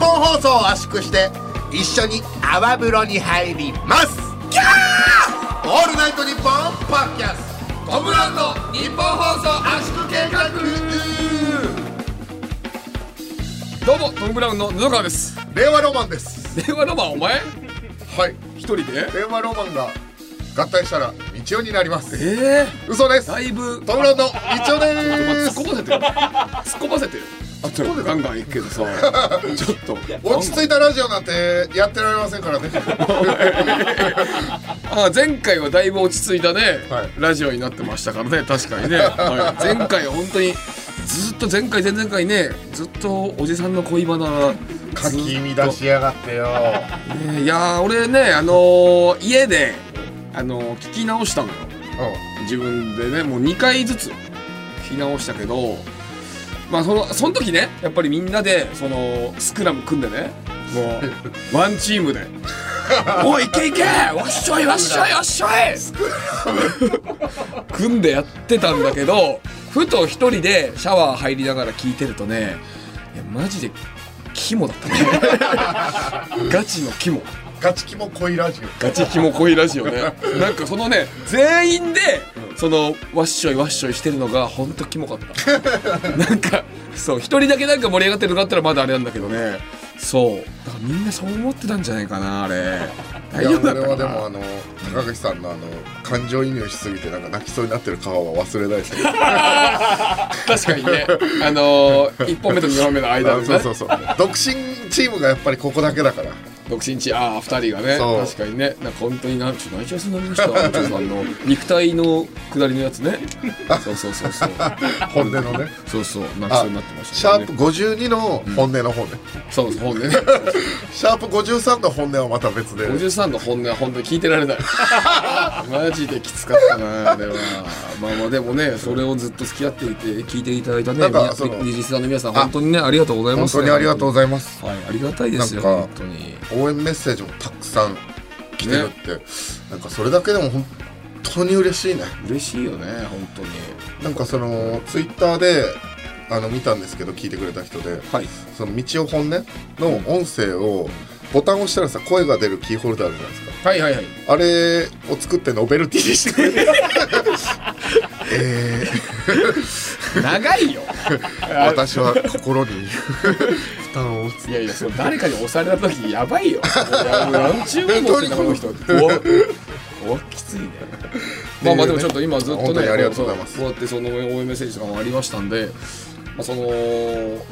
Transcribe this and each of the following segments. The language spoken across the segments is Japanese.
放送を圧縮して一緒に泡風呂に入りますキャーオールナイトニッポンパッキャストムブラウンド日本放送圧縮計画どうもトム・ブラウンの布川です令和ロマンです電話ロマンお前はい一人で令和ロマンが合体したら道夫になりますええ嘘ですだいぶトムブラウンド道夫で突すっ込ませてよ突っ込ませてよあちょっとガンガンいくけど さちょっと落ち着いたラジオなんてやってられません からねあ前回はだいぶ落ち着いたね、はいラジオになってましたからね確かにね、はい前回は本当にずっと前回前々回ねずっとおじさんの恋バナかきずっ乱としやがってよねいやー俺ねあのー家であのー聞き直したのよ自分でねもう2回ずつ聞き直したけどまあそのその時ねやっぱりみんなでそのスクラム組んでねもうワンチームで「おいいけいけわっしょいわっしょいわっしょい!」 組んでやってたんだけどふと一人でシャワー入りながら聞いてるとねいやマジで肝だったねガチの肝。ガチキモ恋ラジオガチキモ恋ラジオね。なんかそのね、全員で、その、わっしょいわっしょいしてるのが、ほんとキモかった。なんか、そう、一人だけなんか盛り上がってるのがあったらまだあれなんだけどね。そう。だからみんなそう思ってたんじゃないかな、あれ。大いや丈夫だ俺っはたでかなもあの高橋さんのあの感情移入しすぎてなんか泣きそうになってる顔は忘れないですけ ど確かにね、あのー、1本目と2本目の間そうでそねう、そう独身チームがやっぱりここだけだから独身地、ああ、2人がね、そう確かにね、なんか本当にな、ちょっと泣いちゃいそうになりました、安藤さんの肉体の下りのやつね。そうそうそ うそう。本音のねそうそう、泣きそあうになってましシたャよーねプ。52の本音の方ね、そうです、本音ね。シャープ53の本音はまた別で53の本音は本当に聞いてら れない。マジできつかったな、あれは。まあまあ、でもね、それをずっと付き合っていて、聞いていただいたね、なんかみなそのリリスナーの皆さん、本当にね、ありがとうございま本す。当にありがとうございますはい、ありがたいですよ、なんか本当に。応援メッセージもたくさん来てるって、なんかそれだけでも本当に嬉しいね嬉しいよね、本当に。なんかそのツイッターであの見たんですけど聞いてくれた人ではい。その道を本音の音声をボタンを押したらさ声が出るキーホルダーあるじゃないですかはいはいはい。あれを作ってノベルティにしてくれるえ長 いよ。ー、私は心に負担を負ついやいや、それ誰かに押された時、やばいよ。いやもう何ちゅうもん持ってんだ、この人。おおきついね。まあまあでもちょっと今ずっと本当ね、にありがとうございますこうやってその応援メッセージとかもありましたんで、まあ、その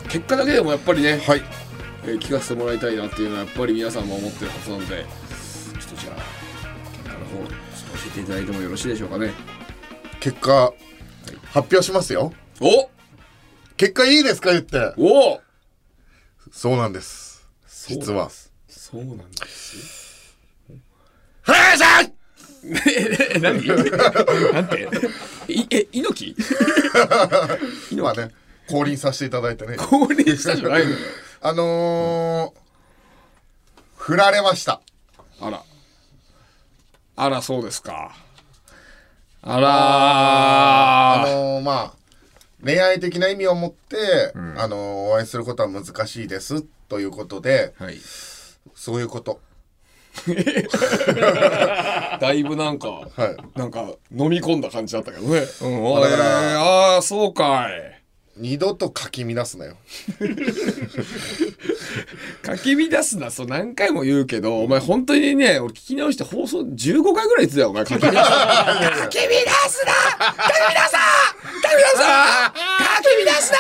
結果だけでもやっぱりね、はいえー聞かせてもらいたいなっていうのはやっぱり皆さんも思ってるはずなんで、ちょっとじゃあ、結果の方、ちょっと教えていただいてもよろしいでしょうかね。結果発表しますよお結果いいですか言っておそうなんです実はそうなんです。フラさんえ、 何なんていえ、猪木今ね降臨させていただいてね降臨したじゃないのよ。あのー、振られましたあら。あら、そうですか。あらあのーまあ恋愛的な意味を持って、あのーお会いすることは難しいですということではい。そういうことだいぶなんか、はいなんか、飲み込んだ感じだったけどね。うん、あだかられああ、そうかい。二度とかき乱すなよかき乱すな、そう何回も言うけど、お前本当にね、俺聞き直して放送15回ぐらい言ってたよ、お前。かき乱すなかき乱すなかき乱すな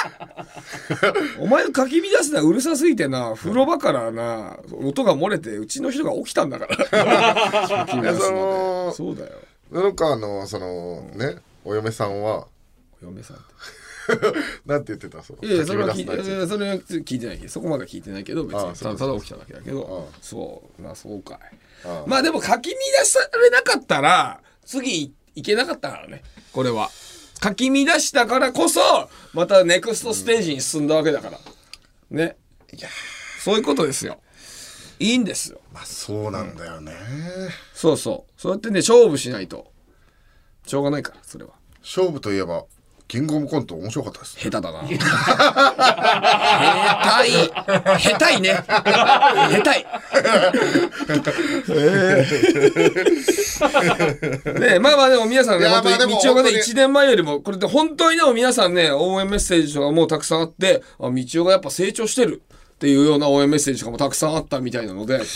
かき乱すなかき乱すなお前のかき乱すなうるさすぎてな、風呂場からな、音が漏れて、うちの人が起きたんだから。かき乱すいやそなので。そうだよ。なんかあのーそのねお嫁さんはお嫁さんって。なんて言ってたそのいやいやそれはか聞きい乱すなやついやそれは聞いてないけどそこまでは聞いてないけど別あにあたそうだですただ起きただけだけどああそうまあそうかいああまあでも書き乱されなかったら次いいけなかったからねこれは書き乱したからこそまたネクストステージに進んだわけだからねそういうことですよいいんですよまあそうなんだよね、そうそうそうやってね勝負しないとしょうがないからそれは勝負といえばキングオブコント面白かったです。下手だな。下手い。下手いね。下手い。ねえまあまあでも皆さんいね、や本まあで当もに、道夫が本ね、当に1年前よりも、これで本当にでも皆さんね、応援メッセージとかもうたくさんあって、あ、道夫がやっぱ成長してるっていうような応援メッセージとかもたくさんあったみたいなので、はい。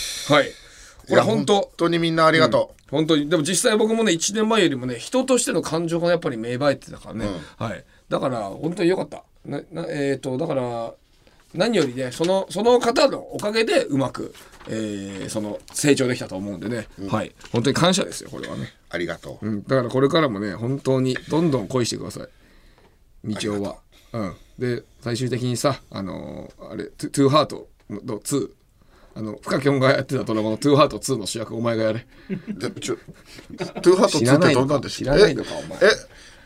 これ本いや当本、当にみんなありがと本当にでも実際僕もね1年前よりもね人としての感情がやっぱり芽生えてたからね、はい、だから本当に良かったななえっ、とだから何よりねそのその方のおかげでうまく、えーその成長できたと思うんでね、はい本当に感謝ですよこれはねう、。ありがとう。うん、だからこれからもね本当にどんどん恋してください道夫はうんで最終的にさあのーあれ「トゥトゥーハート」の2あの深きょんがやってたドラマの「トゥーハート2」の主役お前がやれでちょトゥーハート2ってどんなんでし知たらっなけいのかお前ええ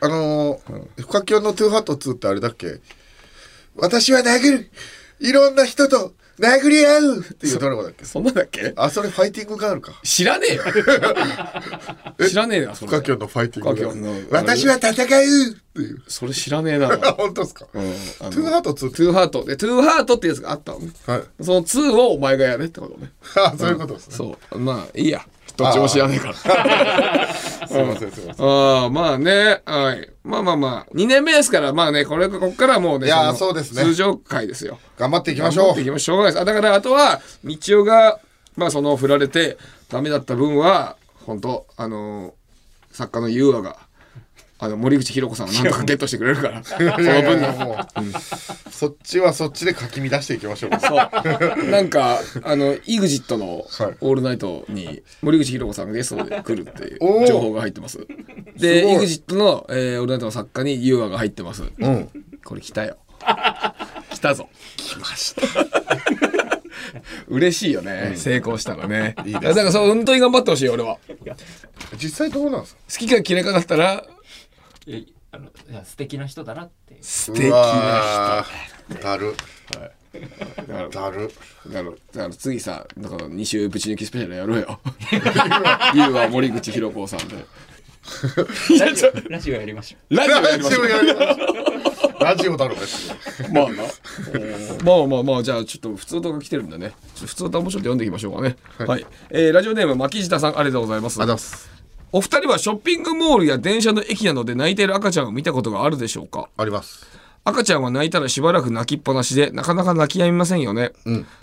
あのーフカキョンのトゥーハート2ってあれだっけ私は殴るいろんな人と殴り合うっていうドラマだっけそんなんだっけあそれファイティングガールか知らね えよ知らねえなそフカれキョンのファイティングガフカキョーンルの私は戦うっていうそれ知らねえなあ本当ですか、うんあのトゥーハート2ってトゥーハートでトゥーハートってやつがあったのねはいその2をお前がやれってことねあそういうことですね、そうまあいいやどっちも知らねえからすいませんすいませんああまあねはいまあまあまあ2年目ですからまあねこれこっからもうねいやーのそうですね通常回ですよ頑張っていきまし頑張ょっていうきましょうがないですあだからあとは道夫がまあその振られてダメだった分は本当あのー作家の優和があの森口博子さんをなんとかゲットしてくれるか らそのいやい分やの。もうそっちはそっちでかき乱していきましょうそうなんかあの EXIT のはい「オールナイト」に森口博子さんがゲストで来るっていおーう情報が入ってますでごい EXIT の、えー「オールナイト」の作家に優和が入ってますうんこれ来たよ来たぞ来ました嬉しいよね、成功したらねいいですねやだからそう本当に頑張ってほしい俺は好実際どうなんですかきか嫌いかだったらえあのいや素敵な人だなっていう素う敵なわーだる人だからだるだからだから次さだから2週ぶち抜きスペシャルやろう よ優は森口博子さんでラジオラジオやりましょラジオやラりまジしょオうやりましょう ラジオだろ別にまあなまあまあまあじゃあちょっと普通とか来てるんでねちょっと普通ともうちょっと読んでいきましょうかねはい、えーラジオネーム牧下さんありがとうございますお二人はショッピングモールや電車の駅などで泣いている赤ちゃんを見たことがあるでしょうかあります赤ちゃんは泣いたらしばらく泣きっぱなしでなかなか泣き止みませんよね、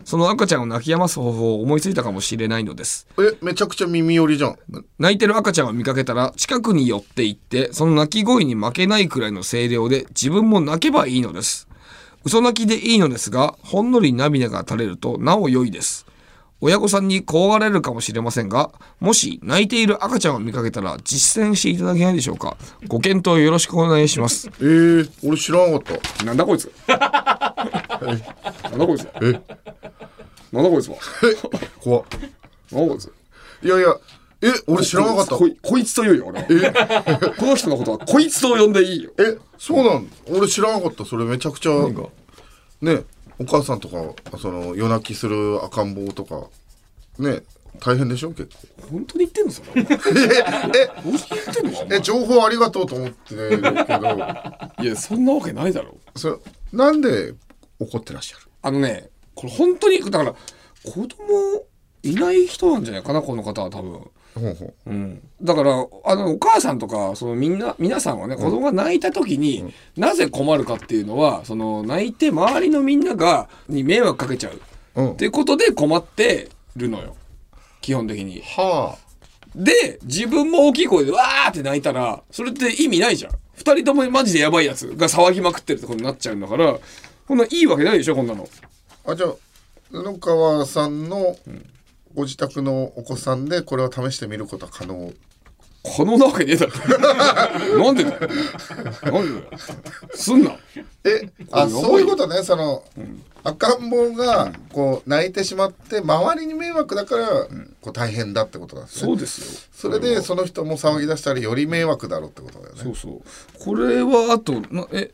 その赤ちゃんを泣き止ます方法を思いついたかもしれないのですえめちゃくちゃ耳寄りじゃん泣いてる赤ちゃんを見かけたら近くに寄って行ってその泣き声に負けないくらいの声量で自分も泣けばいいのです嘘泣きでいいのですがほんのり涙が垂れるとなお良いです親御さんに怖がられるかもしれませんがもし泣いている赤ちゃんを見かけたら実践していただけないでしょうかご検討よろしくお願いしますえー、俺知らんかっなんだこい つたえなんだこいつなんだこいつは怖っなんだこいついやいやえ俺知らなかったこいこいつと言うよ俺は この人のことはこいつと呼んでいいよえそうなん俺知らなかったそれめちゃくちゃがねお母さんとかその夜泣きする赤ん坊とかね大変でしょ結 構本当に言ってんのそれえ本当に言ってんのええ情報ありがとうと思ってるけど いやそんなわけないだろそれなんで怒ってらっしゃるあのねこれ本当にだから子供いない人なんじゃないかなこの方は多分ほうほううん、だからあのお母さんとかそのみんな皆さんはね子供が泣いた時に、なぜ困るかっていうのはその泣いて周りのみんながに迷惑かけちゃうう、んっていうことで困ってるのよ基本的に。はで自分も大きい声でわーって泣いたらそれって意味ないじゃん2人ともマジでやばいやつが騒ぎまくってるってことになっちゃうんだからこんないいわけないでしょこんなのああじゃあ布川さんのご自宅のお子さんでこれは試してみることは可能可能なわけねえだろ なんでだよなんでだよすんなえあこれやばいよそういうことねその、赤ん坊がこう泣いてしまって周りに迷惑だから、こう大変だってことなんですそねうですよそれでその人も騒ぎ出したらより迷惑だろうってことだよねそうそうこれはあとなえ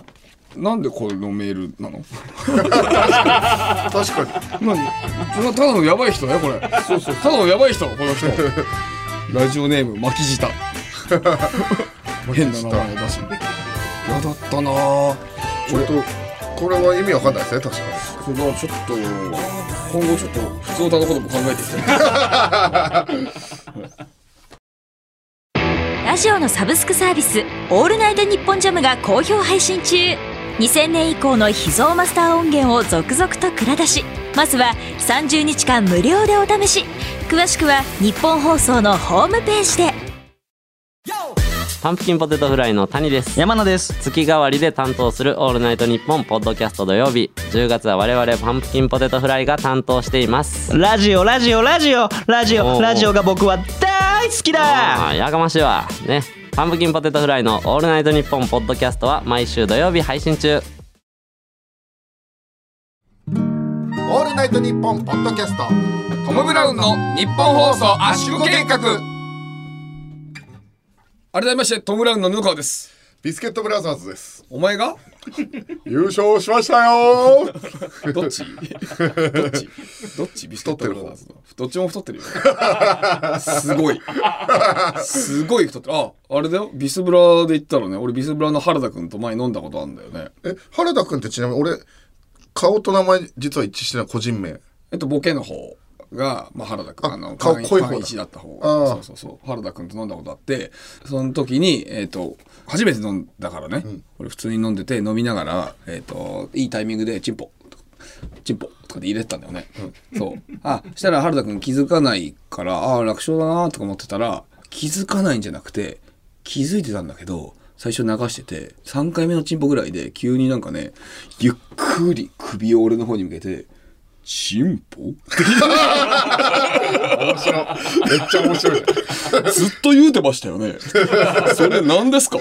なんでこれのメールなの 確かに何ただのやばい人ねこれそうそうただのやばい人この人 ラジオネーム巻き舌変な名前だし嫌だったなぁちょっとこれは意味わかんないですね確かにそれはちょっと今後ちょっと普通歌のことも考えてきてラジオのサブスクサービス「オールナイトニッポンジャム」が好評配信中2000年以降の秘蔵マスター音源を続々と蔵出しまずは30日間無料でお試し詳しくは日本放送のホームページでパンプキンポテトフライの谷です山名です月替わりで担当する「オールナイトニッポン」ポッドキャスト土曜日10月は我々パンプキンポテトフライが担当していますラジオラジオラジオラジおオうラジオが僕は大好きあだーやかましいわねパンプキンポテトフライの「オールナイトニッポン」ポッドキャストは毎週土曜日配信中オールナイトニッポンポッドキャストトム・ブラウンの日本放送圧縮計画改めましてトム・ブラウンの布川ですビスケットブラザーズですお前が優勝しました よーどっちどっちどっちビスケットブラザーズのどっちも太ってるよすごいすごい太ってるああれだよビスブラで言ったらね俺ビスブラの原田君と前に飲んだことあるんだよねえ原田君ってちなみに俺顔と名前実は一致してない個人名えっとボケの方が、まあ、原田君ああの顔会員濃い方だ会員一だった方あがあそうそうそう原田君と飲んだことあってその時に、えっと初めて飲んだからね、俺普通に飲んでて飲みながら、えっといいタイミングでチンポチンポとかで入れてたんだよね、そうあしたら原田君気づかないからああ楽勝だなとか思ってたら気づかないんじゃなくて気づいてたんだけど最初流してて3回目のチンポぐらいで急になんかねゆっくり首を俺の方に向けて「チンポ?」めっちゃ面白 いずっと言うてましたよね。 それ何ですか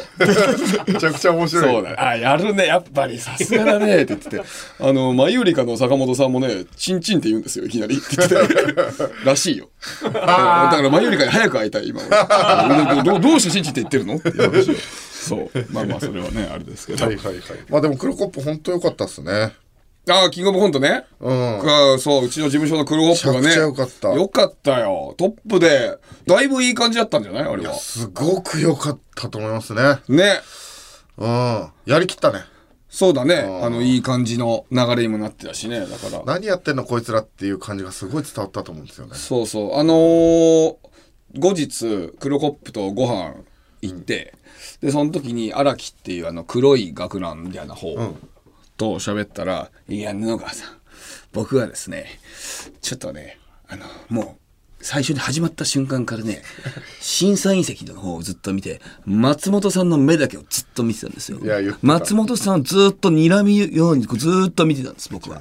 めちゃくちゃ面白いそうだね。あ、やるね、やっぱり、さすがだね、って言ってて。あの、マユリカの坂本さんもね、チンチンって言うんですよ、いきなり。って言ってて。らしい よ。だから、マユリカに早く会いたい、今俺どどどうしてチンチンって言ってるのっていう話を。そう。まあまあ、それはね、あれですけど。はいはいはいまあでも黒コップ本当良かったっすねああ、キングオブコントね。うんあそう、うちの事務所のクローホップがね。めちゃくちゃ良かったよかったよ。トップで、だいぶいい感じだったんじゃないあれは。すごく良かったと思いますねね。うんやりきったねそうだね。あの、いい感じの流れにもなってたしね。だから。何やってんのこいつらっていう感じがすごい伝わったと思うんですよねそうそう。あのー後日、黒コップとご飯行って、で、その時に荒木っていうあの黒い学ランみたいな方と喋ったら、いや、布川さん、僕はですね、ちょっとね、あの、もう、最初に始まった瞬間か らね、審査員席の方をずっと見て、松本さんの目だけをずっと見てたんですよ。いや言ってた松本さんをずっと睨みようにこうずっと見てたんです、僕は。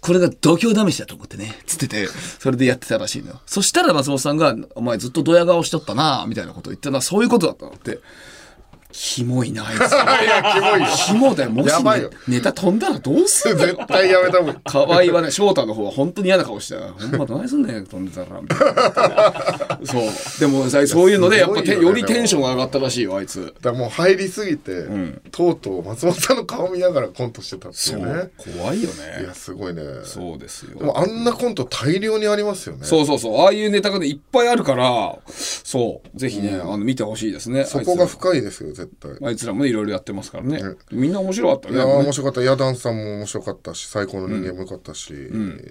これが度胸試しだと思ってね、つってて、それでやってたらしいのよ。そしたら松本さんが、お前ずっとドヤ顔しとったなみたいなことを言ったのは、そういうことだったのって。キモいな、あいつ。 いやキモいよキモだよ。もしやばいねよネタ飛んだらどうすんの絶対やめた 方がいい河合はね、翔太の方は本当に嫌な顔してた。ほんま、どないすんねん、飛んでたら。みたいなそう。でもさ、そういうので、やっすぱごいて、よねよりテンションが上がったらしいよ、あいつ。だからもう入りすぎて、とうとう松本さんの顔見ながらコントしてたっていそうねう。怖いよいねや。すごいねそうですよで。もあんなコント大量にありますよねそうそうそう。ああいうネタがね、いっぱいあるから、そう。ぜひね、あの、見てほしいですね。そこがあいつ深いですよ絶対らあいつらもね、いろいろやってますからね。みんな面白かったいやー面ね。白かったヤダンさんも面白かったし最高の人間も良かったし、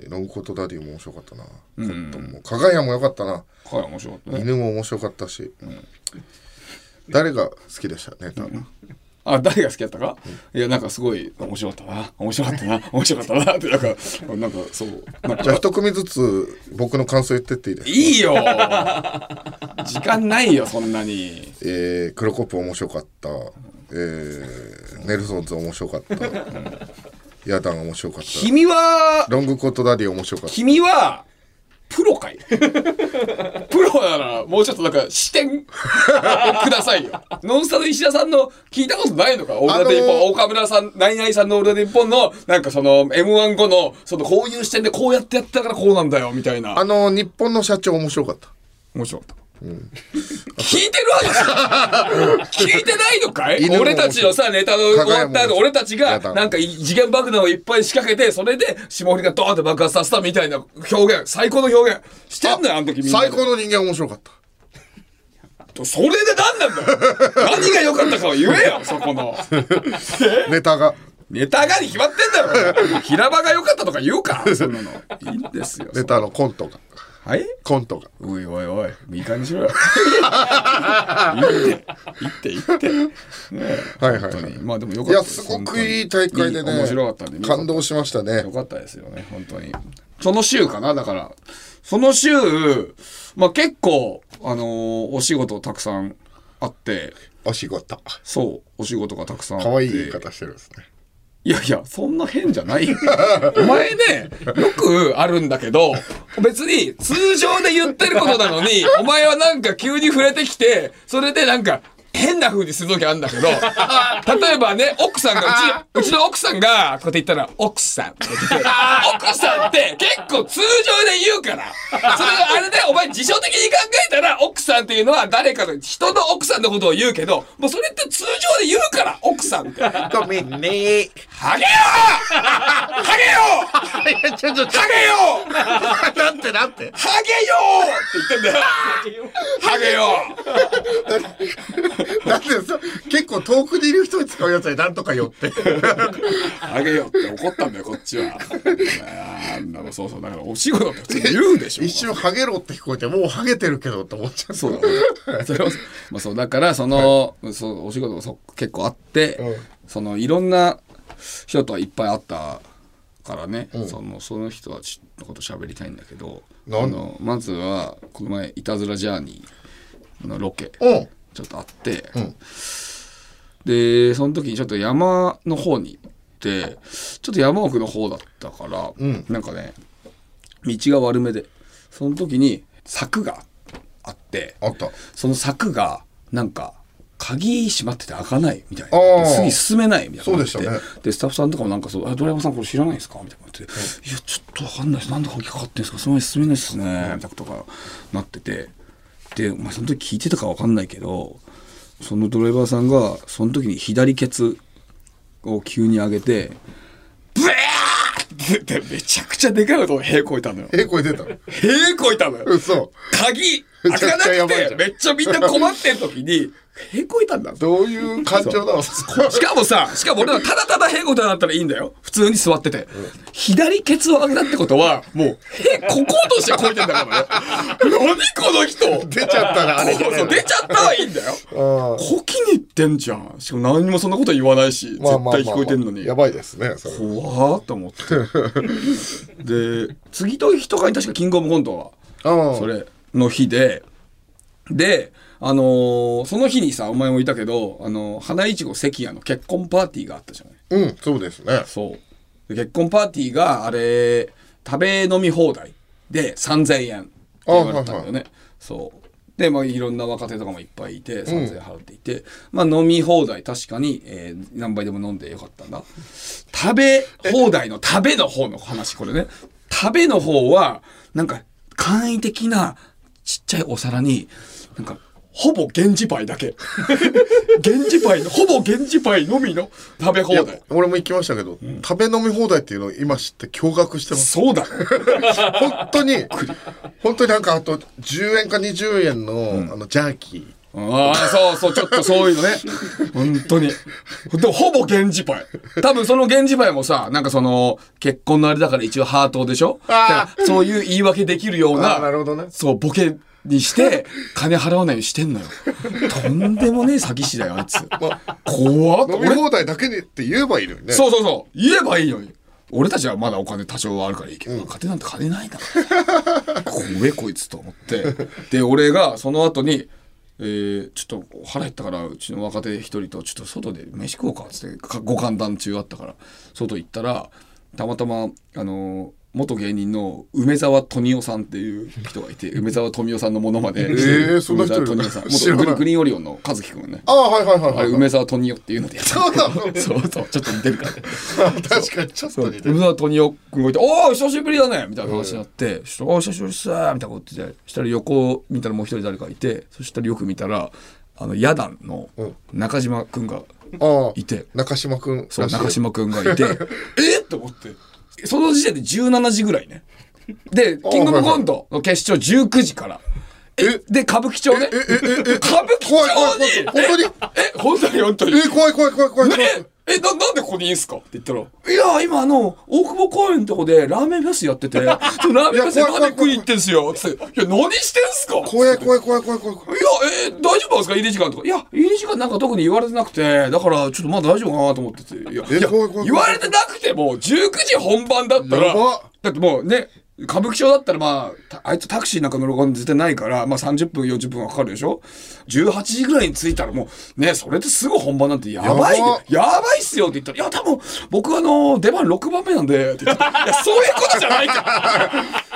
ロングコートダディも面白かったな、コットンも加賀谷も良かったな、はい、面白かったね。犬も面白かったし、誰が好きでしたネタ、あ、誰が好きだったか、いや、なんかすごい、面白かったな。面白かったな。面白かったな。って、なんか、なんか、そう。なんかじゃあ一組ずつ僕の感想言ってっていいですかい いよ時間ないよそんなにえー、クロコップ面白かった、えー、ネルソンズ面白かった、ヤダン面白かった君はロングコートダディ面白かった君はプロ かいプロならもうちょっとなんか視点 くださいよノンスタの石田さんの聞いたことないのかオールナイトニッポン、あのー岡村さんナイナイさんのオールナイトニッポンのなんかその m 1後のそのこういう視点でこうやってやったからこうなんだよみたいなあの日本の社長面白かった面白かった。聞いてる わけ聞いてないのかい犬も俺たちのさネタの終わ加った賀屋も後俺たちやがだなんかい次元爆弾をいっぱい仕掛けてそれで霜降りがドーンって爆発させたみたいな表現最高の表現してんのよあの時みんなで最高の人間面白かったそれで何なんだよ何が良かったかを言えよそこのネタがネタがに決まってんだろ平場が良かったとか言うかそんなのいいんですよネタのコントがはいコントがおいおいおいいい感じにしろ よ言って言って言ってはいはい、本当はいに、まあでも良かいったやですすごくいい大会でねいい面白かったんで感動しましたねよかったですよね、本当に。その週かな、だから。その週、まあ結構、あのーお仕事たくさんあって、お仕事そう、お仕事がたくさんあって。可愛い言い方してるんですねいやいや、そんな変じゃないよ。 お前ね、よくあるんだけど、別に通常で言ってることなのに、お前はなんか急に触れてきて、それでなんか、変な風にするときあるんだけど、例えばね、奥さんが、うち、うちの奥さんが、こうやって言ったら、奥さんって言って。奥さんって結構通常で言うから。それがあれで、お前辞書的に考えたら、奥さんっていうのは誰かの、人の奥さんのことを言うけど、もうそれって通常で言うから、奥さんって。ごめんねハゲよハゲよちょっとハゲよなんてなんてハゲよって言ってんだよハゲよなんでさ結構遠くにいる人に使うやつになんとか寄ってハゲよって怒ったんだよこっちはあんなのそうそうだからお仕事って普通に言うでしょ一瞬ハゲろって聞こえてもうハゲてるけどと思っちゃったそうだそれをまあそうだからその、そうお仕事がそ結構あって、そのいろんな人とはいっぱい会ったからね、そのその人たちのこと喋りたいんだけどなんあのまずはこの前「いたずらジャーニー」のロケうんちょっとあって、んでその時にちょっと山の方に行ってちょっと山奥の方だったから、んなんかね道が悪めでその時に柵があってあったその柵がなんか鍵閉まってて開かないみたいあなー次進めないみたいな感じそうでしたでスタッフさんとかもなんかそう「あドライバーさんこれ知らないですか?」みたいな感じで「いやちょっと分かんないですなんで鍵かかってんですかその前に進めないっすね」みたいなことがなっててで、まあ、その時聞いてたか分かんないけどそのドライバーさんがその時に左ケツを急に上げて「ブエー!」ってめちゃくちゃでかい音を屁こいたのよ。え声出た屁こいたのよ。嘘鍵め開ちゃかくちゃやなくばいじゃてんめっちゃみんな困ってる時にへこいたんだどういう感情なの しかもさしかも俺はただただへこいたんだったらいいんだよ普通に座ってて左ケツを上げたってことはもうへここうとしてこいてんだからね何この人出ちゃったなあれじゃそうなそう出いちゃったはいいんだよのうんこきに行ってんじゃんしかも何にもそんなこと言わないし絶ま対あまあまあ聞こえてんのにやばいですねそれ怖ーっと思って で次の日とかに確かキングオブコントはうんそれの日でであのーその日にさお前もいたけど、あのー花いちご関谷の結婚パーティーがあったじゃないうんそうですねそうで結婚パーティーがあれ食べ飲み放題で3000円って言われたんだよね、あはいそうでまあいろんな若手とかもいっぱいいて3000円払っていて、まあ飲み放題確かに、えー何杯でも飲んでよかったんだ食べ放題の食べの方の話これね食べの方はなんか簡易的なちっちゃいお皿になんかほぼ源氏パイ だけ源氏パイのほぼ源氏パイのみの食べ放いや題俺も行きましたけど、食べ飲み放題っていうのを今知って驚愕してますそうだろ本当に本当になんかあと10円か20円の,、あのジャーキーああ、そうそう、ちょっとそういうのね。本当に。でもほぼ源氏パイ。多分その源氏パイもさ、なんかその、結婚のあれだから一応ハートでしょだからそういう言い訳できるようあな、ーなるほどねそう、ボケにして、金払わないようにしてんのよ。とんでもねえ詐欺師だよ、あいつ。怖っ飲み俺放題だけにって言えばいいのにねそうそうそう。言えばいいのに。俺たちはまだお金多少はあるからいいけど、家庭なんて金ないんだから。怖えこいつと思って。で、俺がその後に、えーちょっと腹減ったからうちの若手一人とちょっと外で飯食おうかっつってかご歓談中あったから外行ったらたまたまあのー元芸人の梅沢富美男さんっていう人が いて梅沢富美男さんのものまで、えーそんな梅人い沢る富美男さん知ら元ないグリグリーンオリオンの和樹くんねああはいはいはいあはいれ梅沢富美男っていうのでやってそうなのる そうそうちょっと似てるからね確かにちょっと似てるうわ、トニオ君がいて、おー、久しぶりだねみたいな話になって、ちょっとおー、久しぶりっすーみたいなこと言ってて、そしたら横を見たらもう一人誰かいて、そしたらよく見たら、あの、ヤダンの中島君がああいて、中島くんそう、らしい中島君がい て、えっと思って、その時点で17時ぐらいね。で、キングオブコントの決勝19時から、えで歌舞伎町ねえええ歌舞伎町怖い怖いに怖い本当にえ本当に本当にえ怖い怖い怖い怖い怖い えななんでここにいんすかって言ったら「いや今あの大久保公園のとこでラーメンフェスや っててそのラーメンフェスでいや怖い何食いに行ってんすよ」つって「いや何してんすか?」怖い怖い怖い怖い怖い怖いいや、えー大丈夫なんですか入り時間とか。いや、入り時間なんか特に言われてなくて、だからちょっとまあ大丈夫かなと思ってて。いや、えいや怖い怖い怖い言われてなくても、19時本番だったらやば、だってもうね、歌舞伎町だったらまあ、たあいつタクシーなんか乗ること絶対ないから、まあ30分、40分はかかるでしょ ?18 時ぐらいに着いたらもう、ね、それですぐ本番なんてやばい、やばやばいっすよって言ったら、いや、多分、僕あの、出番6番目なんで、って言って、いや、そういうことじゃないか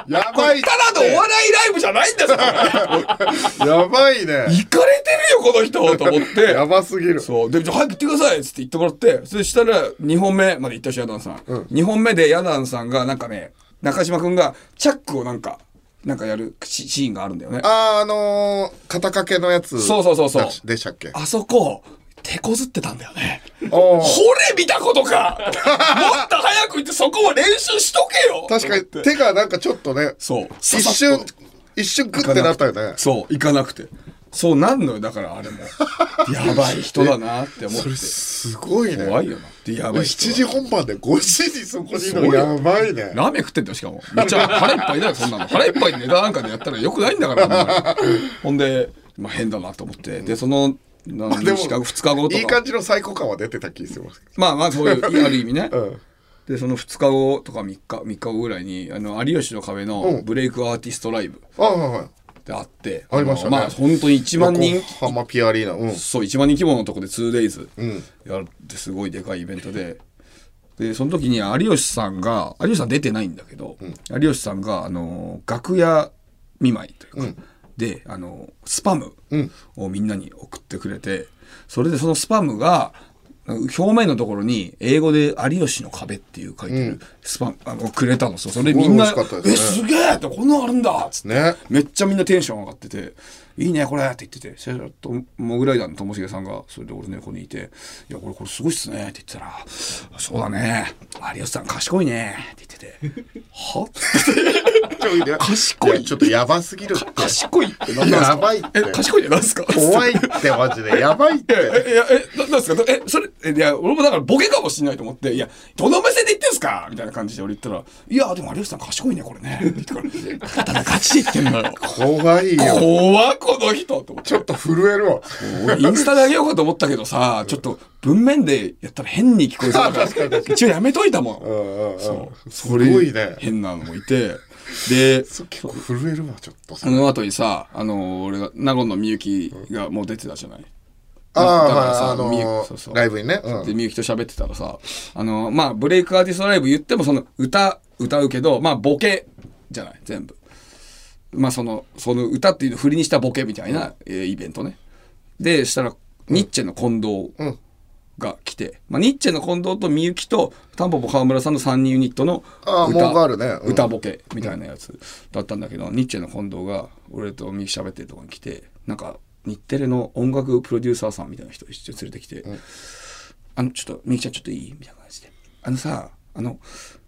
ら。やこばいれっただのお笑いライブじゃないんで すから。てやばいね行かれてるよこの人と思って やばすぎるそうでじゃあ早く行ってくださいっつって言ってもらってそしたら2本目まで行ったしヤダンさん、2本目でヤダンさんがなんかね中島君がチャックをなんかなんかやるシシーンがあるんだよねああーあのー肩掛けのやつそうそうそうそうだしでしたっけそこ手こずってたんだよねおこれ見たこ とかもっと早く行ってそこは練習しとけよ確かに手がなんかちょっとねそう一ささっ瞬と一瞬グッてなったよねそう行かなくてそうなんのよだからあ れもやばい人だなって思ってすごいね怖いよなってやばい人7時だ本番で5時にそこにいるすのごいよやばいねラーメン食ってんだよ、しかも。めっちゃ腹いっぱいだよ、そんなの。腹いっぱいネタなんかでやったらよくないんだから。お前ほんで、まあ変だなと思って。で、その、なあでも2日後、2日後いいとか感。じの最高感は出てた気するまあまあ、そういう、ある意味ね。うんで、その2日後とか3日、3日後ぐらいに、あの、有吉の壁のブレイクアーティストライブあはいはいであって。ありましたねのまあ、本当に1万人横浜ピアリーナうんそう1万人規模のとこで 2days んやるってすごいでかいイベントででその時に有吉さんが有吉さん出てないんだけど、有吉さんがあの楽屋見舞いというか、であのスパムをみんなに送ってくれてそれでそのスパムが表面のところに英語で「有吉の壁」っていう書いてるスパム、あのくれたのそうそれみんな「すごい美味しかったえですすげえ!」ってこんなのあるんだっつって。ねめっちゃみんなテンション上がってて「いいねこれ」って言っててそしたらとモグライダーのともしげさんがそれで俺の横にいて「いやこれこれすごいっすね」って言ってたら「そうだね有吉さん賢いね」って言ってて「 は賢いやちょっとやばすぎるって賢いって何なんですかやばいってえ賢いって何ですか怖いいってマジでやばいっやてえいやえななんですかえそれえいや俺もだからボケかもしれないと思って「いやどの目線で言ってんすか?」みたいな感じで俺言ったら「いやでも有吉さん賢いねこれね」って言っ てから「ただガチで言ってんのよ」怖いよ怖っこの人と思ってちょっと震えるわ俺インスタであげようかと思ったけどさ、ちょっと文面でやったら変に聞こえそう だから、一応やめといたもん。そう。すそごれいね変なのもいて。で、そう結構震えるわちょっとその後にさ、あの、俺が、納言のみゆきがもう出てたじゃない。あだからあさあみゆのそうそうライブにねうんで、みゆきと喋ってたらさ、あの、まあ、ブレイクアーティストライブ言っても、その、歌、歌うけど、まあ、ボケじゃない、全部。まあ、その、その歌っていうのを振りにしたボケみたいな、えーイベントね。で、したら、ニッチェの近藤が来て、まあ、ニッチェの近藤とみゆきと、タンポポ川村さんの3人ユニットのあー歌モンガールねうん歌ボケみたいなやつだったんだけど、ニッチェの近藤が俺とミキ喋ってるとこに来てなんか日テレの音楽プロデューサーさんみたいな人一緒に連れてきて「あのちょっとミキちゃんちょっといい?」みたいな感じで「あのさあの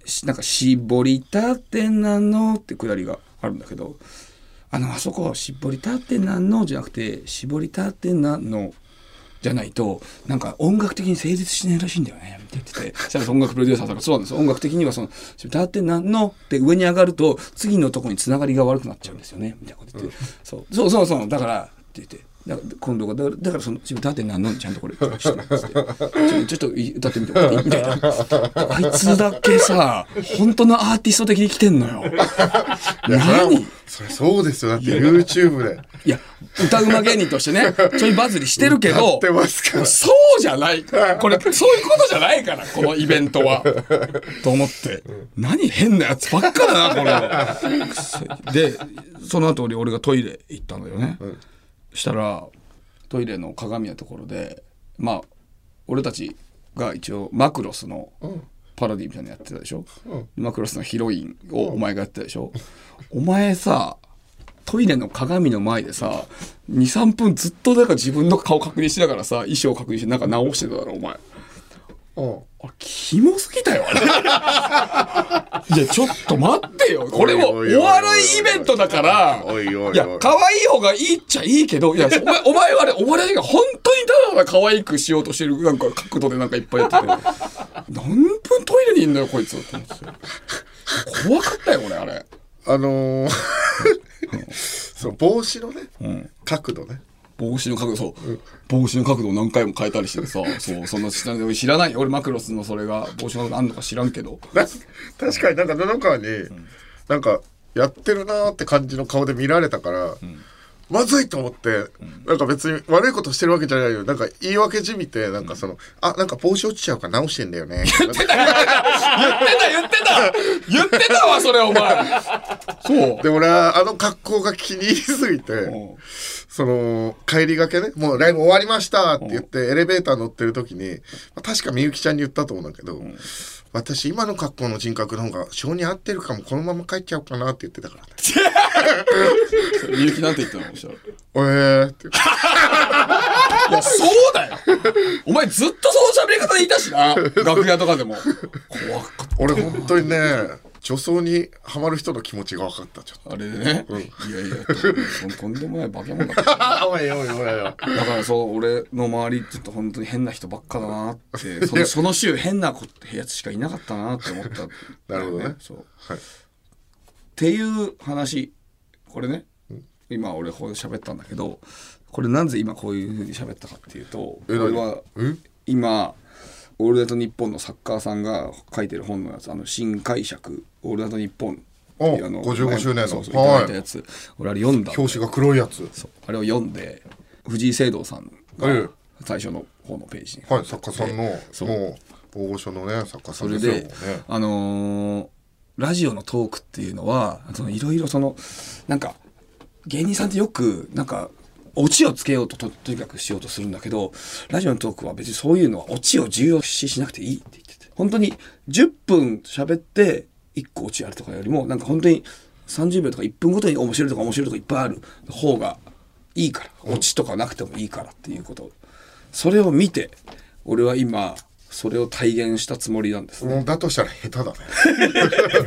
しなんか絞りたてなの」ってくだりがあるんだけど「あのあそこ絞りたてなの」じゃなくて「絞りたてなの」じゃないとなんか音楽的に成立しないらしいんだよねって言って てそしたら音楽プロデューサーさんがそうなんです音楽的にはその「だってなんの?」って上に上がると次のとこにつながりが悪くなっちゃうんですよねみたいなこと言って、そうそうそうそうだからって言って。だから今度がだからだからその自分だってなんのちゃんとこれちょっとちょっとちょっとい歌ってみてもらっていいみ たいなあいつだけさ本当のアーティスト的に来てんの よ何いそれそうですよだって YouTube でや歌うま芸人として ねちょいバズりしてるけやどってますからそうじゃない。これ、そういうことじゃな いから、このイベントは。と思って。何変なやつばっかだな、これ。くせで、その後俺、俺がトイレ行ったんだよね。したら、トイレの鏡のところで、まあ、俺たちが一応、マクロスの、パロディみたいなのやってたでしょ、マクロスのヒロインをお前がやってたでしょ、お前さトイレの鏡の前でさ23分ずっとなんか自分の顔確認しながらさ衣装確認してなんか直してただろお前うんあキモすぎたよあ れいや、ちょっと待ってよ。これもお笑いイベントだから、おいおいおいいや、可愛い方がいいっちゃいいけど、いや、 お前、お前はね、お笑いが本当にただただ可愛くしようとしてる、なんか角度でなんかいっぱ いやってて、何分トイレにいんのよ、こいつ。と思って怖かったよ、俺、あれ。 あのー そう帽子のね、角度ね帽子の角度、そう。帽子の角度を何回も変えたりしてさ、そう、そんな知らない、俺知らないよ。俺、マクロスのそれが、帽子の角度あんのか知らんけど。な確かになんか布川に、なんかやってるなーって感じの顔で見られたから、まずいと思って、なんか別に悪いことしてるわけじゃないよなんか言い訳じみてなんかその、あなんか帽子落ちちゃうから直してんだよね言ってた、言ってた言ってたわ、それ、お前。そう。で俺はあの格好が気に入りすぎて、うんその帰りがけねもうライブ終わりましたって言って、エレベーター乗ってる時に、まあ確かみゆきちゃんに言ったと思うんだけど、私今の格好の人格の方が性に合ってるかもこのまま帰っちゃおうかなって言ってたからねみゆきなんて言ったのそしたら「えー」っていや、そうだよお前ずっとその喋り方でいたしな。楽屋とかでも。怖かっ俺本当にね 女装にハマる人の気持ちが分かったちょっとた。あれでね。いやいやと、とんでもない化け物だった。あおいおいおいおいだからそう、俺の周り、ちょっと本当に変な人ばっかだなって、そのその週変な子ってやつしかいなかったなって思った、なるほどねそう。はいっていう話これね、今俺こう喋ったんだけどこれなぜ今こういうふうに喋ったかっていうとえ何俺は今「オールナイトニッポン」の作家さんが書いてる本のやつ「あの新解釈オールナイトニッポン」っていうおあの55周年のそうそういはいただいたやつ、俺あれ読んだ 表紙が黒いやつそうあれを読んで藤井聖堂さんはがい最初の方のページにはい作家さんのそうもう大御所のね作家さそんれですよで、もうねあのーラジオのトークっていうのはそのいろいろそのなんか芸人さんってよくなんかオチをつけようとととにかくしようとするんだけどラジオのトークは別にそういうのはオチを重要視しなくていいって言ってて本当に10分喋って1個オチあるとかよりもなんか本当に30秒とか1分ごとに面白いとか面白いとかいっぱいある方がいいからオチとかなくてもいいからっていうことをそれを見て俺は今それを体現したつもりなんですねもうだとしたら下手だ ね。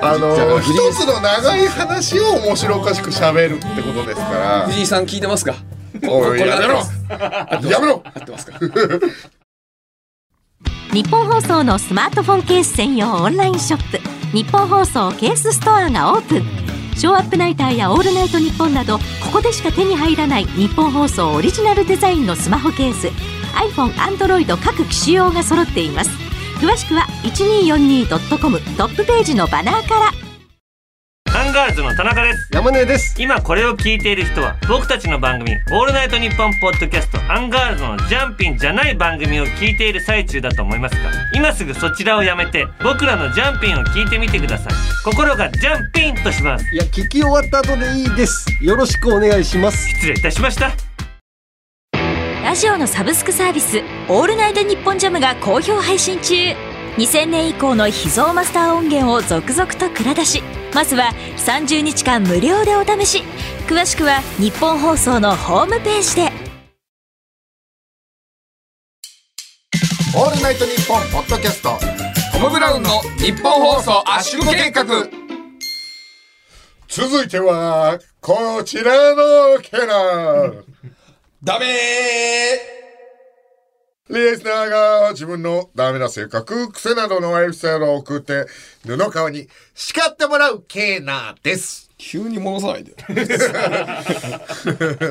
あのじゃあ一つの長い話を面白おかしく喋るってことですから。藤井さん聞いてますかおいやめろやめろ合ってますか日本放送のスマートフォンケース専用オンラインショップ日本放送ケースストアがオープンショーアップナイターやオールナイトニッポンなどここでしか手に入らない日本放送オリジナルデザインのスマホケース iPhone、Android 各機種用が揃っています詳しくは 1242.com トップページのバナーからアンガールズの田中です山根です今これを聞いている人は僕たちの番組「オールナイトニッポン」ポッドキャスト「アンガールズのジャンピン」じゃない番組を聞いている最中だと思いますが今すぐそちらをやめて僕らのジャンピンを聞いてみてください心がジャンピンとしますいや聞き終わった後でいいですよろしくお願いします失礼いたしましたラジオのサブスクサービス「オールナイトニッポンジャム」が好評配信中2000年以降の秘蔵マスター音源を続々と蔵出しまずは30日間無料でお試し詳しくは日本放送のホームページでオールナイトニッポンポッドキャスト。トム・ブラウンの日本放送圧縮計画続いてはこちらのキャラ。ダメリスナーが自分のダメな性格、癖などのエピソードを送って、布川に叱ってもらうケーナーです。急に戻さな いでじゃあ読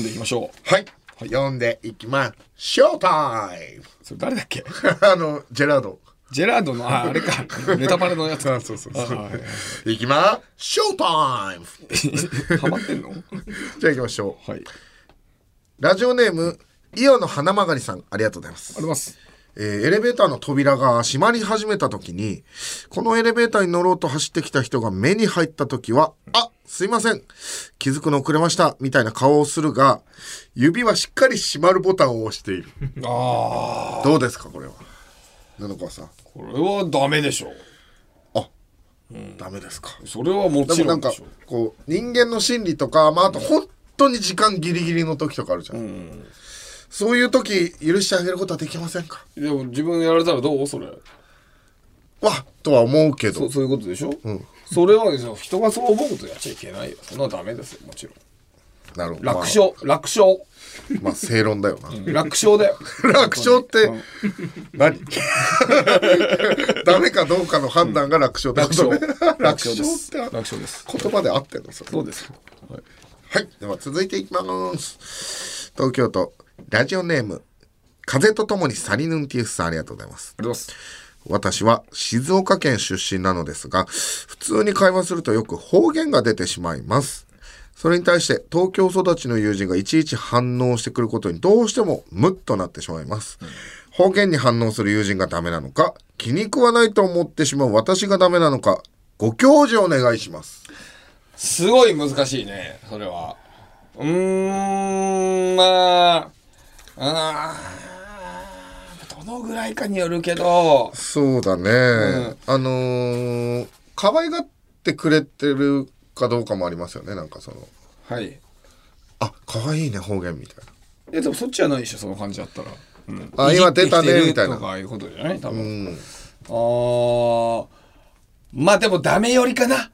んでいきましょうはい。読んでいきましょうタイム それ誰だっけあの、ジェラード。ジェラードのああれかネタバレのやつあ かそうそうそう。いきましょうタイムハマってんのじゃあ行きましょう。はいラジオネーム、イオの花曲さん、ありがとうございます。ありますえーエレベーターの扉が閉まり始めた時に、このエレベーターに乗ろうと走ってきた人が目に入った時は、あ、すいません。気づくの遅れました。みたいな顔をするが、指はしっかり閉まるボタンを押している。どうですか、これは。布川さん。これはダメでしょダメですか。それはもでちもなろんんかでしょ、こう、人間の心理とか、まあ、あと本当に時間ギリギリの時とかあるじゃん。そういう時、許してあげることはできませんかでも自分やられたらどうそれわとは思うけそどうそういうことでしょ、それはですよ人がそう思うことやっちゃいけないよそんなのダメですよもちろんなるほど楽勝楽勝まあ、まあ正論だよな、楽勝だよ楽勝って何 ダメかどうかの判断が楽勝だ、楽勝 楽勝でっすて楽勝です言葉で合ってんのそれそうですよはい。では続いていきます。東京都、ラジオネーム、風とともにサリヌンティウスさんありがとうございます。ありがとうございます私は静岡県出身なのですが、普通に会話するとよく方言が出てしまいます。それに対して東京育ちの友人がいちいち反応してくることにどうしてもムッとなってしまいます。方言に反応する友人がダメなのか、気に食わないと思ってしまう私がダメなのか、ご教示お願いします。すごい難しいねそれはうーんまああーどのぐらいかによるけどそうだね、あのー、可愛がってくれてるかどうかもありますよねなんかそのはいあ可愛いね方言みたいえでもそっちじゃないでしょその感じだったら、うんなあ今出たいじっねてきみてたるいとかなああいうことじゃない多う分、んあーまあでもダメよりかな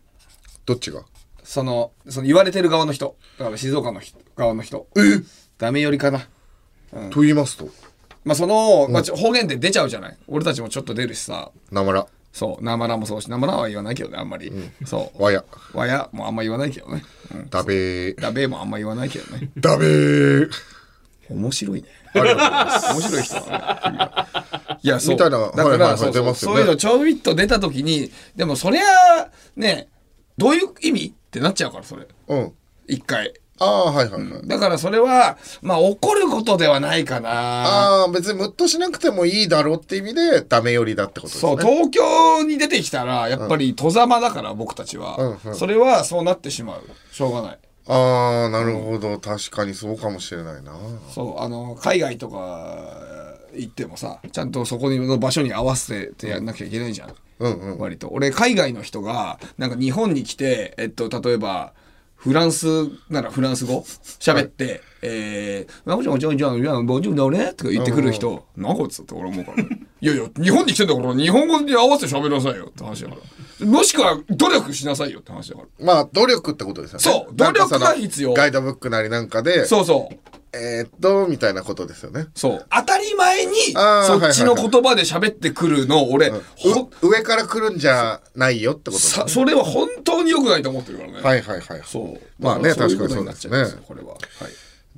どっちがそのその言われてる側の人だから静岡の人側の人ダメよりかなと言いますとまあその、まあ、ちょ方言って出ちゃうじゃない俺たちもちょっと出るしさなまらそう生らもそうし生らは言わないけどねあんまり、そうわやわやもあんま言わないけどね、うん、だべーだべもあんま言わないけどねだべー面白いねありがとうございます面白い人だねいやそうみたいなだから、はいはいはいそう出そうますよそねういうのちょびっと出た時にでもそりゃねどういう意味ってなっちゃうからそれうん一回ああはいはいはい、だからそれはまあ怒ることではないかなああ別にムッとしなくてもいいだろうって意味でダメよりだってことですそうね東京に出てきたらやっぱり戸ざまだから僕たちは、うんうんそれはそうなってしまうしょうがないああなるほど確かにそうかもしれないなそうあの海外とか行ってもさちゃんとそこの場所に合わせてやんなきゃいけないじゃん、うんうん割と俺海外の人がなんか日本に来て、えっと、例えばフランスならフランス語喋って、えー、なんかちょんちょんちょん、いや、ボジューだねとか言ってくる人、なんかっつって俺思うから、い やいや、日本に来てんだから、日本語に合わせて喋りなさいよって話だから。もしくは、努力しなさいよって話だから。まあ努力ってことですよねそう努力が必要なんかそのガイドブックなりなんかでそうそう。えーっと、みたいなことですよね。そう。当たり前に、あーそっちの言葉で喋ってくるの、俺、ほんう上から来るんじゃないよってことですさね。それは本当に良くないと思ってるからね。はいはいはい。そう。まあねだら確かにそうですねそういうことになっちゃいますよこれは。はい。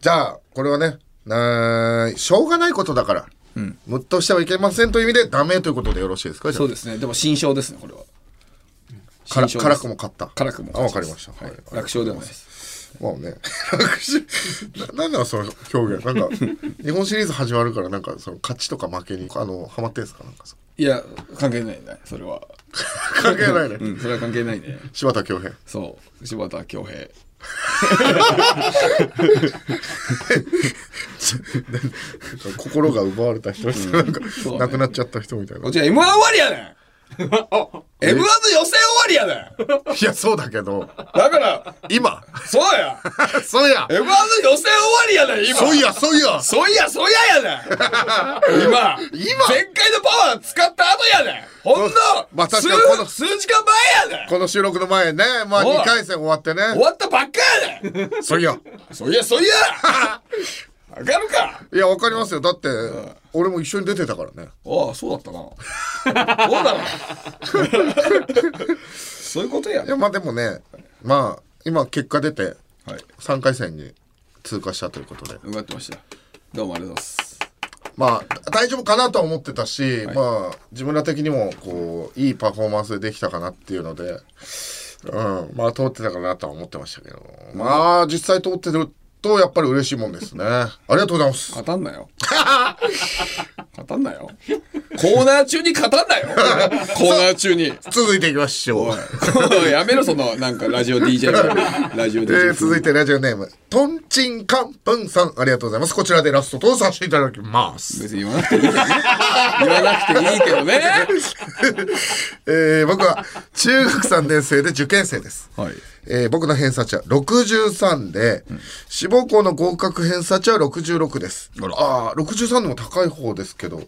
じゃあ、これはね、なーしょうがないことだから、むっとしてはいけませんという意味でダメということでよろしいですかじゃあそうですね。でも、新章ですね、これは。から新章です辛くも買った。辛くもあ、わかりました。はい。楽勝でもないです。まあね、楽し、ななんなのその表現。なんか、日本シリーズ始まるから、なんか、その勝ちとか負けに、あの、ハマってんすかなんかそう、いや、関係ないね、それは。関係ないね。うん、それは関係ないね。柴田 恭平。そう、柴田恭平。心が奪われた人です、なんか、そうね亡くなっちゃった人みたいなこっ。ちは M1 終わりやねん M1 の予選終わりやねんいや、そうだけど、だから、今。 そうやそうや !M1 の予選終わりやねん、今そういやそういやそいやそい ややねん今今全開のパワー使った後やねんほんのまあ確数かにこの数時間前やねんこの収録の前ね、まあおい2回戦終わってね。終わったばっかやねんそういや。そいやそいやわかるかいや、わかりますよ。だって、俺も一緒に出てたからね。ああそうだったなそうだなそういうことやいや、まあでもね、まあ、今結果出て、はい3回戦に通過したということで。分かってましたどうもありがとうございますまあ、大丈夫かなとは思ってたし、まあ、自分ら的にも、こう、いいパフォーマンスでできたかなっていうので、うん、まあ、通ってたかなとは思ってましたけど、まあ、実際通ってると、やっぱり嬉しいもんですね。ありがとうございます。語んな よ語んなよコーナー中に語んなよコーナー中に続いていきましょう。おい やめろそのなんかラジオ DJ みたい なラジオ DJ えー続いてラジオネーム、トンチンカンプンさん、ありがとうございます。こちらでラストとさせていただきます。 別に言わなくていいけどね言わなくていいけどねえー僕は中学3年生で受験生です。はいえー僕の偏差値は63で、志望校の合格偏差値は66です。ああー、63でも高い方ですけど、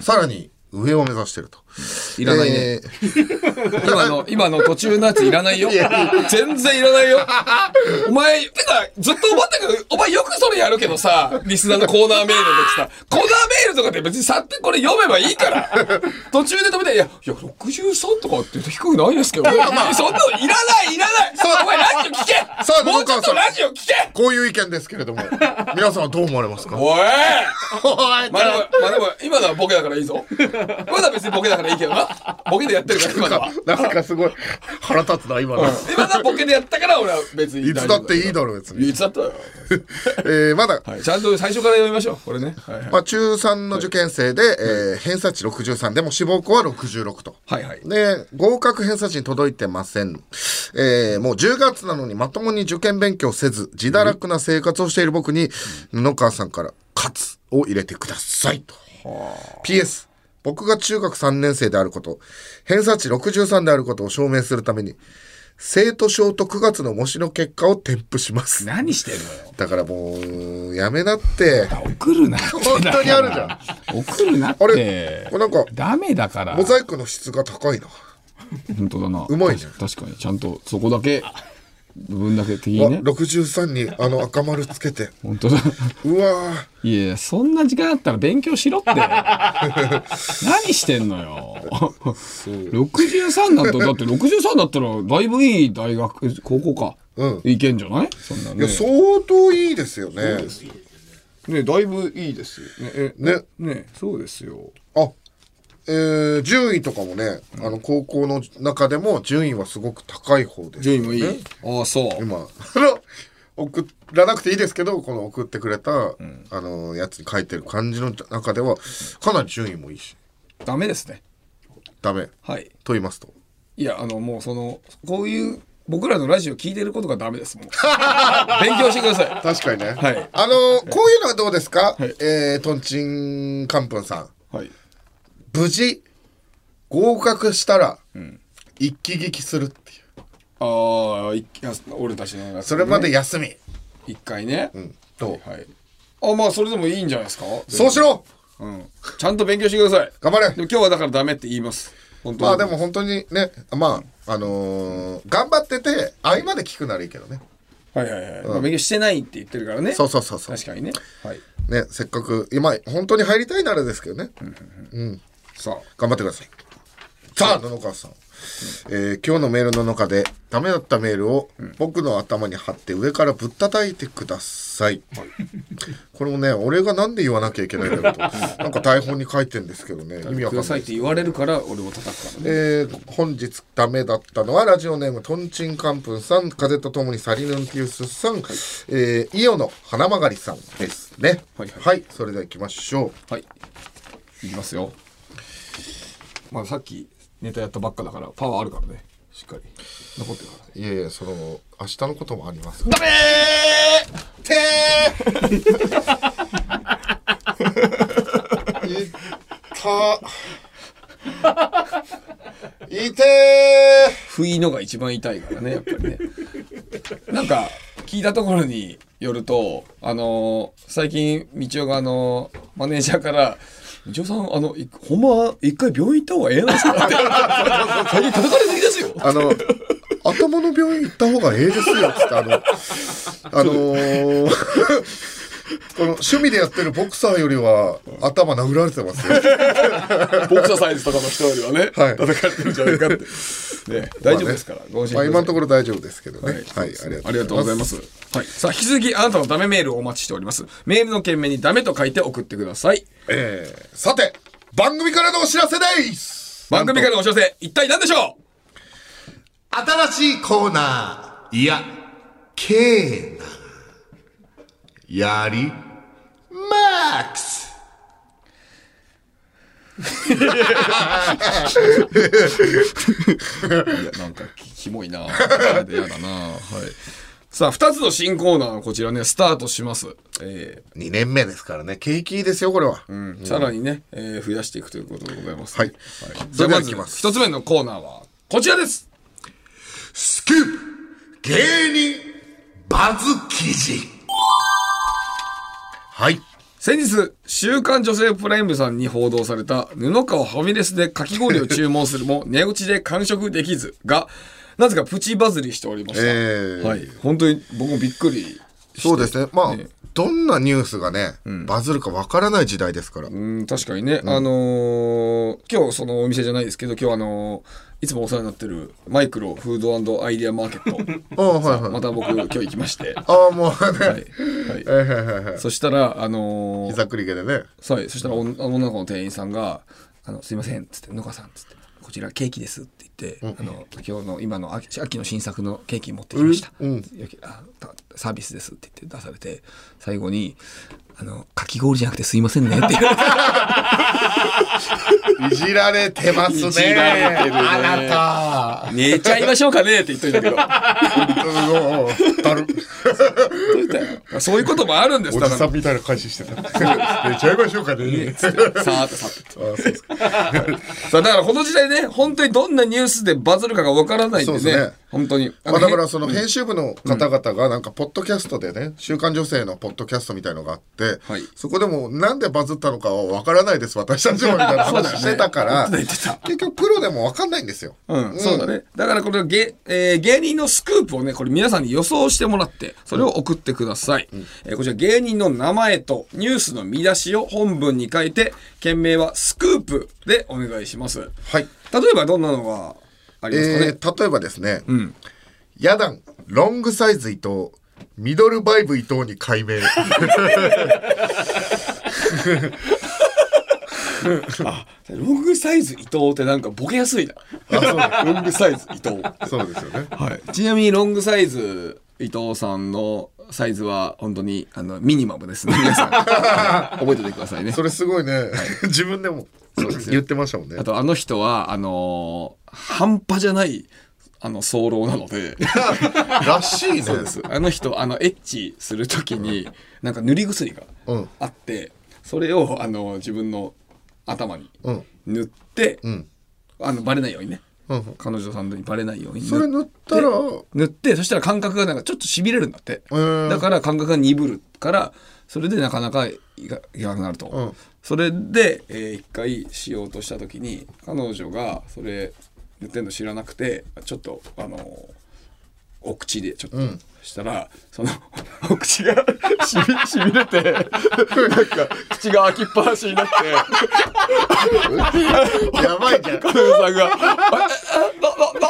さらに上を目指してると。いらないね。えー今の、今の途中のやついらないよ。全然いらないよ。お前、てか、ずっと思ってるお前よくそれやるけどさ、リスナーのコーナーメールの時さ、コーナーメールとかで別にさってこれ読めばいいから。途中で止めて、いや、いや、63とかって低くないですけど、ね、そんなのいらない、いらない。お前ラジオ聞けさあもうちょっどとうかラジオ聞けこういう意見ですけれ ども、皆さんはどう思われますか おおいいまあでも、まあでも、今のはボケだからいいぞ。今のは別にボケだからいいけどな。ボケでやってるから、今のは。なんかすごい腹立つな、今の。今のはボケでやったから俺は別にいつだっていいだろ、別に。いつだったよ、えーまだ、はい、ちゃんと最初から読みましょうこれねはいはいまあ、中3の受験生で、えー偏差値63でも志望校は66と。はいはいで、合格偏差値に届いてません。えーもう10月なのにまともに受験勉強せず、自堕落な生活をしている僕に、布川さんから、勝つを入れてくださいと。PS、僕が中学3年生であること、偏差値63であることを証明するために、生徒証と9月の模試の結果を添付します。何してんのよだからもう、やめなって。送るなって本当にあるじゃん。送るなっあれてこれなんか、ダメだからモザイクの質が高いな。本当だなうまいね確確かにちゃんとそこだけ部分だけ的わにね63にあの赤丸つけて。本当だうわーいやいやそんな時間あったら勉強しろって 何してんのよ63なんてだって63だったらだいぶいい大学高校か、うんいけんじゃないそんなねいや、相当いいですよね。ねだいぶいいですよねえね。ねそうですよあ、えー、順位とかもね、あの、高校の中でも順位はすごく高い方です。順位もいいああそう今、 あの、送らなくていいですけど、この送ってくれた、あの、やつに書いてる感じの中では、かなり順位もいいし、ダメですねダメ。はいと言いますと。いやあのもうそのこういう僕らのラジオ聞いてることがダメ ですもん勉強してください確かにね。はいあの、こういうのはどうですか、はいえー、とんちんかんぷんさん。はい無事、合格したら、一気聞きするっていう。ああいや俺たちのやつねそれまで休み。一回ね、うん、どうはいあまあそれでもいいんじゃないですかそうしろうん、ちゃんと勉強してください頑張でれも今日はだからダメって言います本当まあにでも本当にね、まあ、あのー頑張ってて、合間で聞くならいいけどね。はいはいはい、まあ勉強してないって言ってるからねそうそうそうそう。確かにねはいね、せっかく、今、本当に入りたいならですけどね。さあ頑張ってください。さあ、野々川さん。えー今日のメールの中で、ダメだったメールを僕の頭に貼って上からぶったたいてください。これもね、俺がなんで言わなきゃいけないんだろうと。なんか台本に書いてんですけどね、意味わくかんなだいさいって言われるから俺も叩くからねえー本日ダメだったのはラジオネームとんちんかんぷんさん風とともにサリヌンティウスさん、えーイオの花曲りさんですねは、はいいははいいそれではいきましょはい。いきますよ。まあさっきネタやったばっかだからパワーあるからね。しっかり残ってるからね。ういえいえその明日のこともありますダメーていたいて不意のが一番痛いからね、やっぱりね。 なんか聞いたところによると、あのー最近道夫があのーマネージャーから道夫さん、あの、いほんまは一回病院行った方がええなんすかって。 最近叩かれすぎですよ。あの頭の病院行った方がええですよつってあのあのー この趣味でやってるボクサーよりは頭殴られてますよボクサーサイズとかの人よりはね、はい叩かれてるんじゃないかって。 ね、大丈夫ですから、ご安心まくだあさい今のところ大丈夫ですけどね。ははいい、、ありがとうございます。はい、さあ、引き続きあなたのダメメールをお待ちしております。メールの件名にダメと書いて送ってください。えーさて、番組からのお知らせです番組からのお知らせ、一体何でしょ新しいコーナーいやケーナーやりマックスう。いや、なんかキ、キモいな。あれやだな。はい。さあ、二つの新コーナー、こちらね、スタートします。え2年目ですからね、景気いいですよ、これは。ーうんさらにね、えー増やしていくということでございます、はいじそゃれあ、ではまいずきま、す一つ目のコーナーは、こちらです。スクープ芸人バズ記事はい。先日、週刊女性プライムさんに報道された、布川ファミレスでかき氷を注 文するも、値打ちで完食できずが、なぜかプチバズりしておりました。えーはい。本当に僕もびっくりして。そうですね。まあ、ねどんなニュースがね、バズるかわからない時代ですから。うん、確かにね、あのー今日そのお店じゃないですけど、今日あのーいつもお世話になってるマイクロフードアイデアマーケッ ああ、はいはト。い。また僕今日行きまして。はああ、もうね。はい、い。えはい。はいはいはい。そしたら、あのー膝くり毛でね。そうそしたら女女の子の店員さんが「あのすいません」っつって「野川さん」っつって「こちらケーキです」って言って、あの今日の今の秋秋の新作のケーキ持ってきました、よきあたサービスですって言って出されて最後に「あのかき氷じゃなくてすいませんね」って言われていじられてますね。あ 寝ちゃいましょうかねって言っといたけどなた。うおだる。どうしたよそういうこともあるんですおだじかさらんみたいな返ししてた。寝ちゃいましょうかね。さーっとさーっとさあだからこの時代ね本当にどんなニュースでバズるかがわからないんでねそうですね本当にまあ、だからそその編集部の方々がなんかポッドキャストでね「週刊女性」のポッドキャストみたいのがあって、はいそこでもうなんでバズったのかは分からないです私たちもみたいなそうだよ話ねしてたから、言ってた結局プロでも分かんないんですよ。うん、そうだね。だからこれ芸、えー芸人のスクープをね、これ皆さんに予想してもらって、それを送ってください。えーこちら芸人の名前とニュースの見出しを本文に書いて、件名はスクープでお願いします。例はいえばどんなのがありますかねえ。ー例えばですねん「ヤダンロングサイズ伊藤ミドルバイブ伊藤に改名」ロングサイズ伊藤ってなんかボケやすいな。ロングサイズ伊藤。そうですよね。はい。ちなみにロングサイズ伊藤さんのサイズは本当にあのミニマ ムですね。皆さんはい覚えておいてくださいね。それすごいね、自分でも言ってましたもんねあ。とあの人はあのー半端じゃないあの早漏な のでらしいね。そうですあの人あのエッチする時になんか塗り薬がうんあって、それをあの自分の頭にうん塗って、んあのバレないようにね、うん彼女さんにバレないようにそれ塗ったら塗ってそしたら感覚がなんかちょっとしびれるんだって、ーだから感覚が鈍るからそれでなかなかいかいかなくなると、んそれで、えー一回しようとした時に彼女がそれ塗ってんの知らなくてちょっとあのーお口でちょっと、したらその お口が しびしびれて なんか口が開きっぱなしになってやばいじゃ ん。彼女さんが「ええ えなな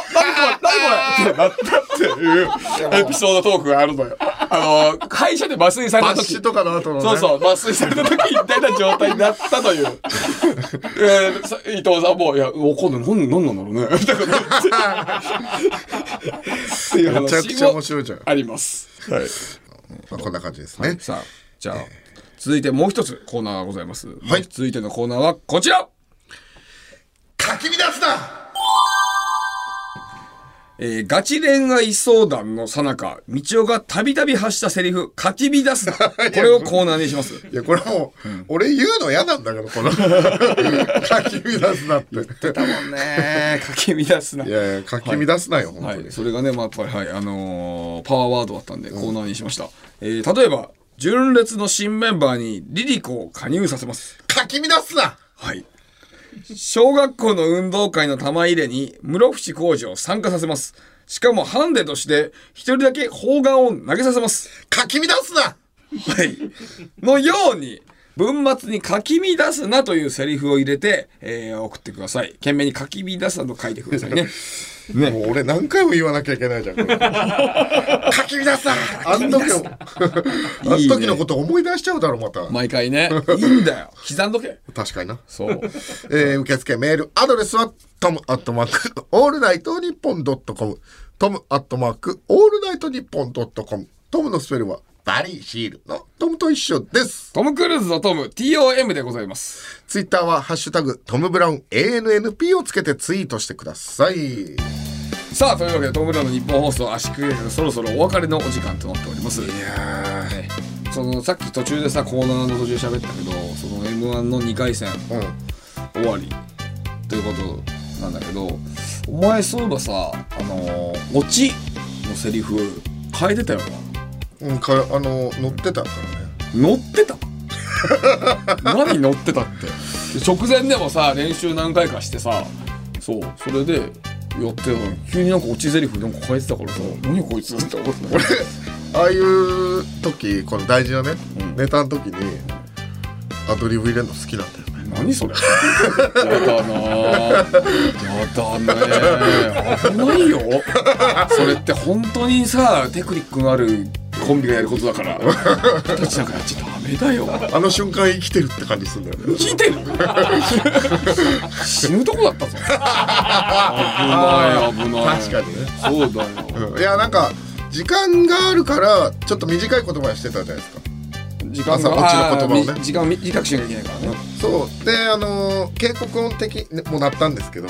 ななにこれ何これ?」ってなったっていうエピソードトークがあるのよ。あのー会社で麻酔されたバッ時シュとかの後のね。そうそう、麻酔された時みたいな状態になっ たという。えーさ伊藤さんも、いや、わかんない、なん、なんなん だろうね。みたいな感じでっていう話もめちゃくちゃ面白いじゃんあります。はい。まあこんな感じですね。さあ、じゃあ、続いてもう一つコーナーがございます。はい続いてのコーナーはこちらかき乱すなえーガチ恋愛相談のさなか、道夫がたびたび発したセリフ、かき乱 すな。これをコーナーにし ます。いや、これもう、俺言うの嫌なんだけど、 この、かき乱すなって。だもんね。かき乱すな。いやいや、かき乱すなよ、本は当にい、。それがね、まあ、やっぱり、はい、あのーパワーワードだったんで、コーナーにしました。えー例えば、純烈の新メンバーにリリコを加入させます。かき乱すなはい。小学校の運動会の玉入れに室伏浩二を参加させます。しかもハンデとして一人だけ砲丸を投げさせます。かき乱すなはい。のように、文末に書き乱すなというセリフを入れて、えー送ってください。懸命に書き乱すなと書いてくださいね。もう俺何回も言わなきゃいけないじゃん。 これかき乱すなあの 時の、あのいいね時のこと思い出しちゃうだろ、また。毎回ね。いいんだよ。刻んどけ。確かにな。そう。えー受付メールアドレスはトムアットマークオールナイトニッポンドットコムトムアットマークオールナイトニッポンドットコムトムのスペルはバリーシールのトムと一緒ですトム・クルーズのトム、TOM でございます。ツイッターは「ハッシュタグトム・ブラウン ANNP」をつけてツイートしてくださいさあ、というわけで、トム・ブラウンの日本放送、足首がそろそろお別れのお時間となっております。いやー。そのさっき途中でさコーナーの途中で喋ったけどその m 1の2回戦うん終わりということなんだけどお前そういえばさあのーオチのセリフ変えてたよなうんかあの乗ってたからね乗ってた 何乗ってたってで直前でもさ練習何回かしてさそうそれでやってたのに急になんか落ち台詞なんか変えてたからさ「何こいつ」って思ってたああいう時この大事なね、ネタの時にアドリブ入れるの好きなんだよね何それやだなぁやだね危ないよそれって本当にさテクニックのあるコンビがやることだから二十歳だからやっちゃダメだよあの瞬間生きてるって感じするんだよね聞いてる死ぬとこだったぞ危ない危ない確かにねそうだうよんいやなんか時間があるからちょっと短い言葉にしてたじゃないですか時間朝がこっちの言葉をねあーみ時間を短くしなきゃいけないからねそうであのー警告音的にもなったんですけど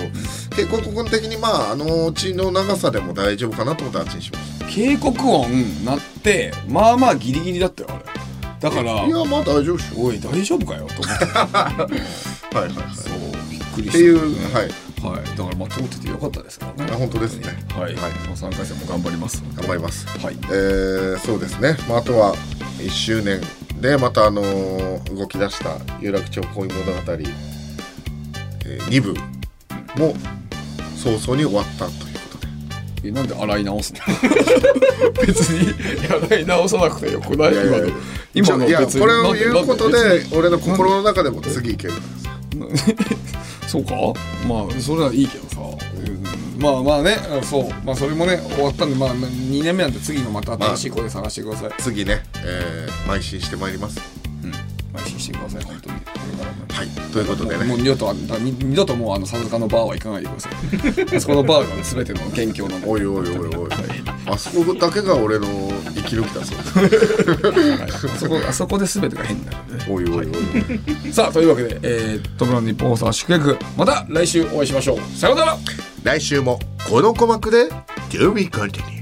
警告音的にまああのうちの長さでも大丈夫かなと思ってあっちにしまし警告音鳴ってまあまあギリギリだったよあれだからたいやまあ大丈夫っしおい大丈夫かよと思ってょはいはいはいそっうびっくりしていうはいはい、だからまあ通っててよかったですからね。あ本当ですねはい、はいまあ三回戦も頑張ります。頑張りますはい。えー、そうですね、まあ、あとは1周年でまた、あのー動き出した「有楽町恋物語」え2部も早々に終わったということでえ、なんで洗い直すの？ 別に洗い直さなくてよくないいやいやいや今のい今やの別にこれなをんで言うことなんで別俺の心の中でも次いけるからさにそうかまあそれはいいけどさ、うんまあまあねうんそうまあそれもね終わったんでまあ二年目なんで次のまた新しい声探してください、次ね、えー、邁進してまいりますうん邁進してください本当にこれからもはいということでもねう二度とあのだ二二度ともうあの笹塚のバーは行かないでくださいあそこのバーがね全ての元凶なんでおいおいおいおいあそこだけが俺の生きる気だそうですあそこあそこで全てが変になるんでね おいおいおいおいさあというわけで、えー、トムラウンの日本放送は祝福また来週お会いしましょうさようなら来週もこの鼓膜で Do we continue